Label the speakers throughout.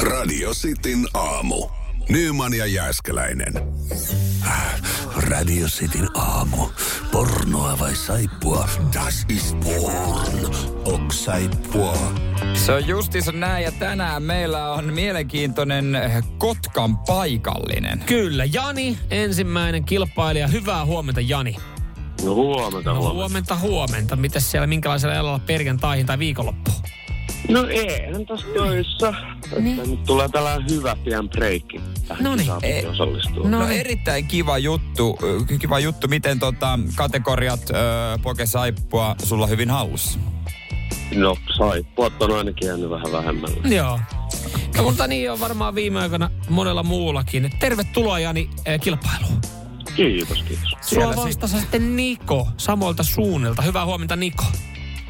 Speaker 1: Radio Cityn aamu. Nyman ja Jääskeläinen. Äh, Radio Cityn aamu. Pornoa vai saippua? Das is porn. Ok saippua.
Speaker 2: Se on justiinsa näin ja tänään meillä on mielenkiintoinen eh, Kotkan paikallinen.
Speaker 3: Kyllä, Jani, ensimmäinen kilpailija. Hyvää huomenta, Jani.
Speaker 4: No huomenta,
Speaker 3: No,
Speaker 4: huomenta.
Speaker 3: huomenta, huomenta. Mitäs siellä, minkälaisella elalla perjantaihin tai viikonloppuun?
Speaker 4: No eihän tässä töissä. Niin. Nyt tulee tällainen hyvä pian breikki. Tähän
Speaker 3: Noniin.
Speaker 4: kisaan piti osallistua.
Speaker 2: No,
Speaker 3: No
Speaker 2: no
Speaker 3: niin.
Speaker 2: erittäin kiva juttu, ö, kiva juttu miten tota, kategoriat ö, poke saippua sulla hyvin hallussa.
Speaker 4: No sai. Puot on ainakin jäänyt vähän vähemmällä.
Speaker 3: Joo. No, mutta niin on varmaan viime aikoina monella muullakin. Tervetuloa, Jani, eh, kilpailuun.
Speaker 4: Kiitos, kiitos.
Speaker 3: Sulla vastassa sitten Niko samoilta suunnilta. Hyvää huomenta, Niko.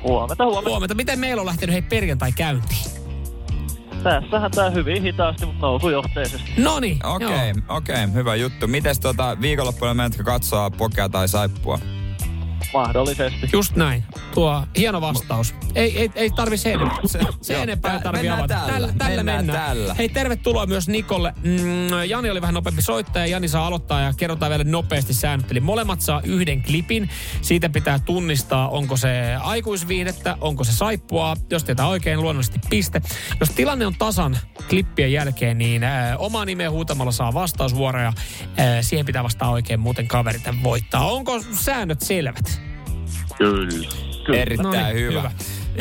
Speaker 5: Huomenta, huomenta.
Speaker 3: Huomenta. Miten meillä on lähtenyt hei perjantai käyntiin?
Speaker 5: Tässähän tää hyvin hitaasti, mutta nousujohteisesti.
Speaker 3: Noni.
Speaker 2: Okei,
Speaker 3: No niin,
Speaker 2: okay,
Speaker 3: joo.
Speaker 2: okei, okay, hyvä juttu. Mites tota, viikonloppuna menetkö katsoa pokea tai saippua?
Speaker 5: Mahdollisesti.
Speaker 3: Just näin. Tuo hieno vastaus. Ei, ei, ei tarvi sen enempää.
Speaker 2: Se-
Speaker 3: Se,
Speaker 2: joo,
Speaker 3: se enempää ei
Speaker 2: tä-
Speaker 3: tarvi
Speaker 2: mennään
Speaker 3: avata.
Speaker 2: tällä,
Speaker 3: tällä
Speaker 2: mennään
Speaker 3: mennään.
Speaker 2: tällä.
Speaker 3: Hei, tervetuloa myös Nikolle. Mm, Jani oli vähän nopeampi soittaja. Jani saa aloittaa ja kerrotaan vielä nopeasti säännöt. Eli molemmat saa yhden klipin. Siitä pitää tunnistaa, onko se aikuisviihdettä, onko se saippua. Jos tietää oikein, luonnollisesti piste. Jos tilanne on tasan klippien jälkeen, niin äh, oma nimeä huutamalla saa vastausvuoroja. Äh, siihen pitää vastaa oikein, muuten kaveri tämän voittaa. Onko säännöt selvät?
Speaker 4: Kyllä. Kyllä.
Speaker 2: Erittäin
Speaker 3: No niin,
Speaker 2: hyvä. hyvä.
Speaker 3: hyvä.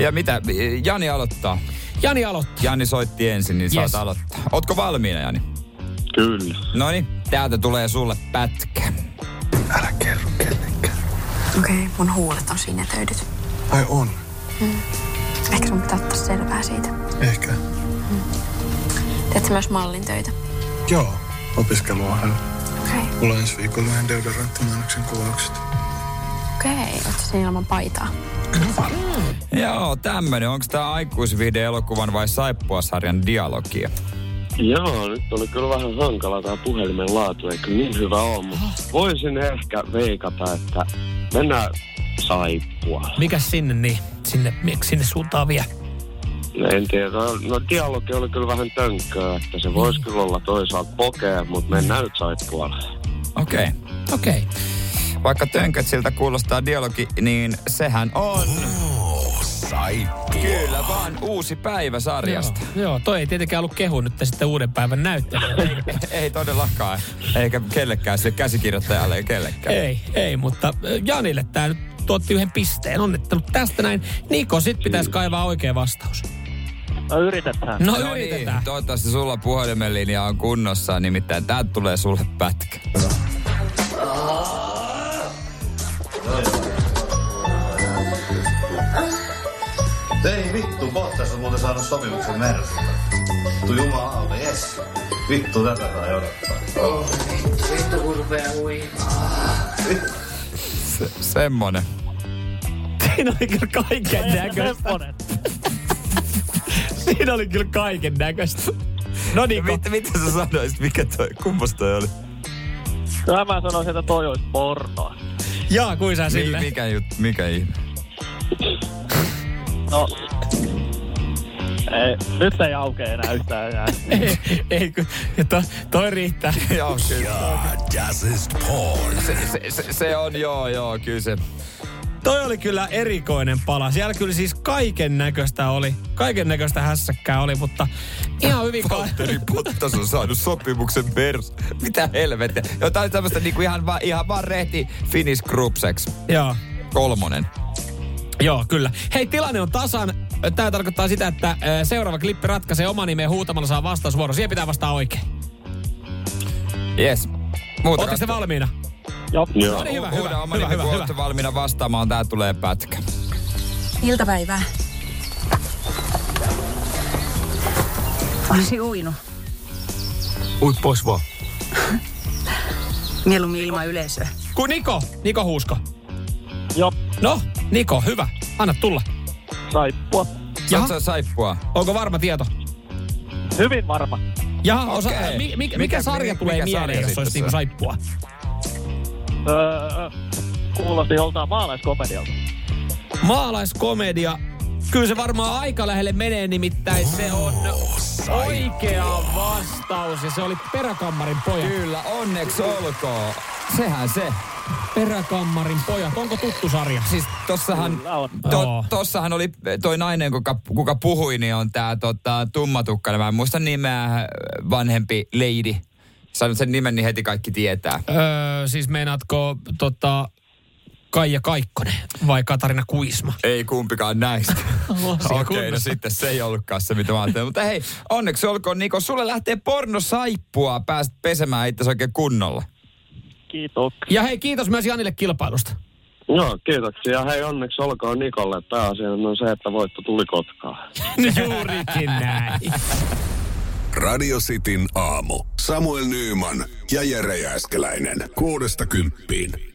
Speaker 2: Ja mitä, Jani aloittaa.
Speaker 3: Jani aloittaa.
Speaker 2: Jani soitti ensin, niin yes.
Speaker 3: Yes.
Speaker 2: saat aloittaa. Ootko valmiina, Jani?
Speaker 4: Kyllä.
Speaker 2: No niin, täältä tulee sulle pätkä.
Speaker 1: Älä kerro kellekään.
Speaker 6: Okei, okay, mun huulet on siinä töydyt.
Speaker 1: Ai on,
Speaker 6: Ehkä sun pitää ottaa selvää siitä.
Speaker 1: ehkä.
Speaker 6: Teet sä myös mallin töitä?
Speaker 1: Joo, opiskeluohjelma.
Speaker 6: Okei. Okay.
Speaker 1: Mulla on ensi viikolla yhden deodoranttimainoksen kuvaukset.
Speaker 6: Okei, okay. oot sä siinä ilman paitaa?
Speaker 2: Joo, tämmönen. Onko tämä aikuisviihde-elokuvan vai saippuasarjan dialogia?
Speaker 4: Joo, nyt oli kyllä vähän hankala tää puhelimen laatu. Ei kyllä niin hyvä ole, mutta voisin ehkä veikata, että mennään saippua.
Speaker 3: Mikä sinne niin? Sinne, mik- sinne suuntaan vie?
Speaker 4: En tiedä. No dialogi oli kyllä vähän tönkköä, että se voisi kyllä olla toisaalta pokea, mutta mennään nyt saippualle.
Speaker 2: Okei. Okay.
Speaker 3: Okei. Okay.
Speaker 2: Vaikka tönkät siltä kuulostaa dialogi, niin sehän on...
Speaker 1: Saippua.
Speaker 2: Kyllä vaan uusi päivä sarjasta.
Speaker 3: Joo, joo, toi ei tietenkään ollut kehu nyt sitten uuden päivän näyttely.
Speaker 2: Ei todellakaan. Eikä kellekään, sille käsikirjoittajalle ei kellekään.
Speaker 3: ei, ei, mutta äh, Janille tämä nyt tuotti yhden pisteen. Onnittelut tästä näin. Niko, sit pitäisi kaivaa oikea vastaus.
Speaker 5: No yritetään.
Speaker 3: No,
Speaker 2: No
Speaker 3: yritetään.
Speaker 2: niin, toivottavasti sulla puhelimen linja on kunnossa, nimittäin täältä tulee sulle pätkä.
Speaker 7: Ei vittu, Bottas on muuten saanut sopimuksen Mersulle. Vittu jumalauta, jes. Vittu tätä saa odottaa.
Speaker 8: Vittu kun rupee huimaa.
Speaker 2: Se, semmonen.
Speaker 3: Siinä oli kyllä kaiken näköistä.
Speaker 5: Sepponen.
Speaker 3: Siinä oli kyllä kaiken näköistä. No niin,
Speaker 2: Mit, mitä sä sanoisit, mikä toi, kumpus toi oli?
Speaker 5: Kyllä mä sanoisin, että toi olisi pornoa.
Speaker 3: jaa, kuin sä
Speaker 2: Mi,
Speaker 3: sille.
Speaker 2: Niin, mikä juttu, mikä ihme?
Speaker 5: No. Ei, nyt ei aukee enää yhtään enää.
Speaker 3: Ei, ei, kun- to, toi riittää.
Speaker 2: Joo, kyllä.
Speaker 1: Ah, das ist porn.
Speaker 2: Se, se, se, se on, joo, joo, kyllä se.
Speaker 3: Toi oli kyllä erikoinen pala. Siellä kyllä siis kaiken näköistä oli. Kaiken näköistä hässäkkää oli, mutta ihan hyvin
Speaker 2: Valtteri Bottas on saanut sopimuksen vers. Mitä helvettiä? Jotain tämmöistä niinku ihan, vaan, ihan vaan rehti Finnish Group Sex.
Speaker 3: Joo.
Speaker 2: Kolmonen.
Speaker 3: Joo, kyllä. Hei, tilanne on tasan. Tämä tarkoittaa sitä, että ö, seuraava klippi ratkaisee oma nimeen huutamalla saa vastausvuoro. Siihen pitää vastaa oikein.
Speaker 2: Yes. Muuta
Speaker 3: Oletteko te
Speaker 2: kautta.
Speaker 3: valmiina?
Speaker 5: Joo.
Speaker 4: Joo.
Speaker 3: No niin, hyvä,
Speaker 2: Hu- huuda
Speaker 3: hyvä,
Speaker 2: oma
Speaker 3: hyvä,
Speaker 2: nimi,
Speaker 3: hyvä,
Speaker 2: kun
Speaker 3: hyvä.
Speaker 2: olette valmiina vastaamaan, tää tulee pätkä.
Speaker 6: Iltapäivää.
Speaker 8: Olisi uinut.
Speaker 9: Uit pois vaan.
Speaker 8: Mieluummin ilman yleisöä.
Speaker 3: Kun Niko, Niko Huusko.
Speaker 5: Joo.
Speaker 3: No, Niko, hyvä. Anna tulla.
Speaker 5: Saippua.
Speaker 3: Jaha.
Speaker 2: Saatko sä saippua?
Speaker 3: Onko varma tieto?
Speaker 5: Hyvin varma.
Speaker 3: Jaha, osa,
Speaker 2: Okei.
Speaker 3: mi, mi, mikä,
Speaker 2: Mikä-
Speaker 3: mikä sarja
Speaker 2: mi-
Speaker 3: tulee
Speaker 2: mikä sarja
Speaker 3: mieleen, jos
Speaker 2: sitten
Speaker 3: olisi
Speaker 2: se
Speaker 3: niinku
Speaker 2: on?
Speaker 3: saippua?
Speaker 5: Öö, kuulosti joltain maalaiskomedialta.
Speaker 3: Maalaiskomedia. Kyllä se varmaan aika lähelle menee, nimittäin se on
Speaker 1: sai.
Speaker 3: Oikea vastaus ja se oli peräkammarin pojat.
Speaker 2: Kyllä, onneksi olkoon. Sehän se.
Speaker 3: Peräkammarin pojat. Onko tuttu sarja?
Speaker 2: Siis tossahan,
Speaker 5: Kyllä on.
Speaker 2: to,
Speaker 3: Joo.
Speaker 2: tossahan oli toi nainen, kuka, kuka puhui, niin on tää tota, tummatukkainen. Mä en muista nimeä, äh, vanhempi lady. Sanoit sen nimen, niin heti kaikki tietää.
Speaker 3: Öö, siis meinaatko tota, Kaija Kaikkonen vai Katarina Kuisma?
Speaker 2: Ei kumpikaan näistä. Okei, okay, no
Speaker 3: kunnossa.
Speaker 2: sitten se ei ollutkaan se, mitä mä ajattelin. Mutta hei, onneksi olkoon Niko. Sulle lähtee pornosaippua. Pääset pesemään itse oikein kunnolla.
Speaker 5: Kiitos.
Speaker 3: Ja hei, kiitos myös Janille kilpailusta.
Speaker 4: Joo, kiitoksia. Hei, onneksi olkoon Nikolle. Pääasia on se, että voitto tuli Kotkaan.
Speaker 3: Juurikin näin.
Speaker 1: Radio Cityn aamu. Samuel Nyyman ja Jere Jääskeläinen. Kuudesta kymppiin.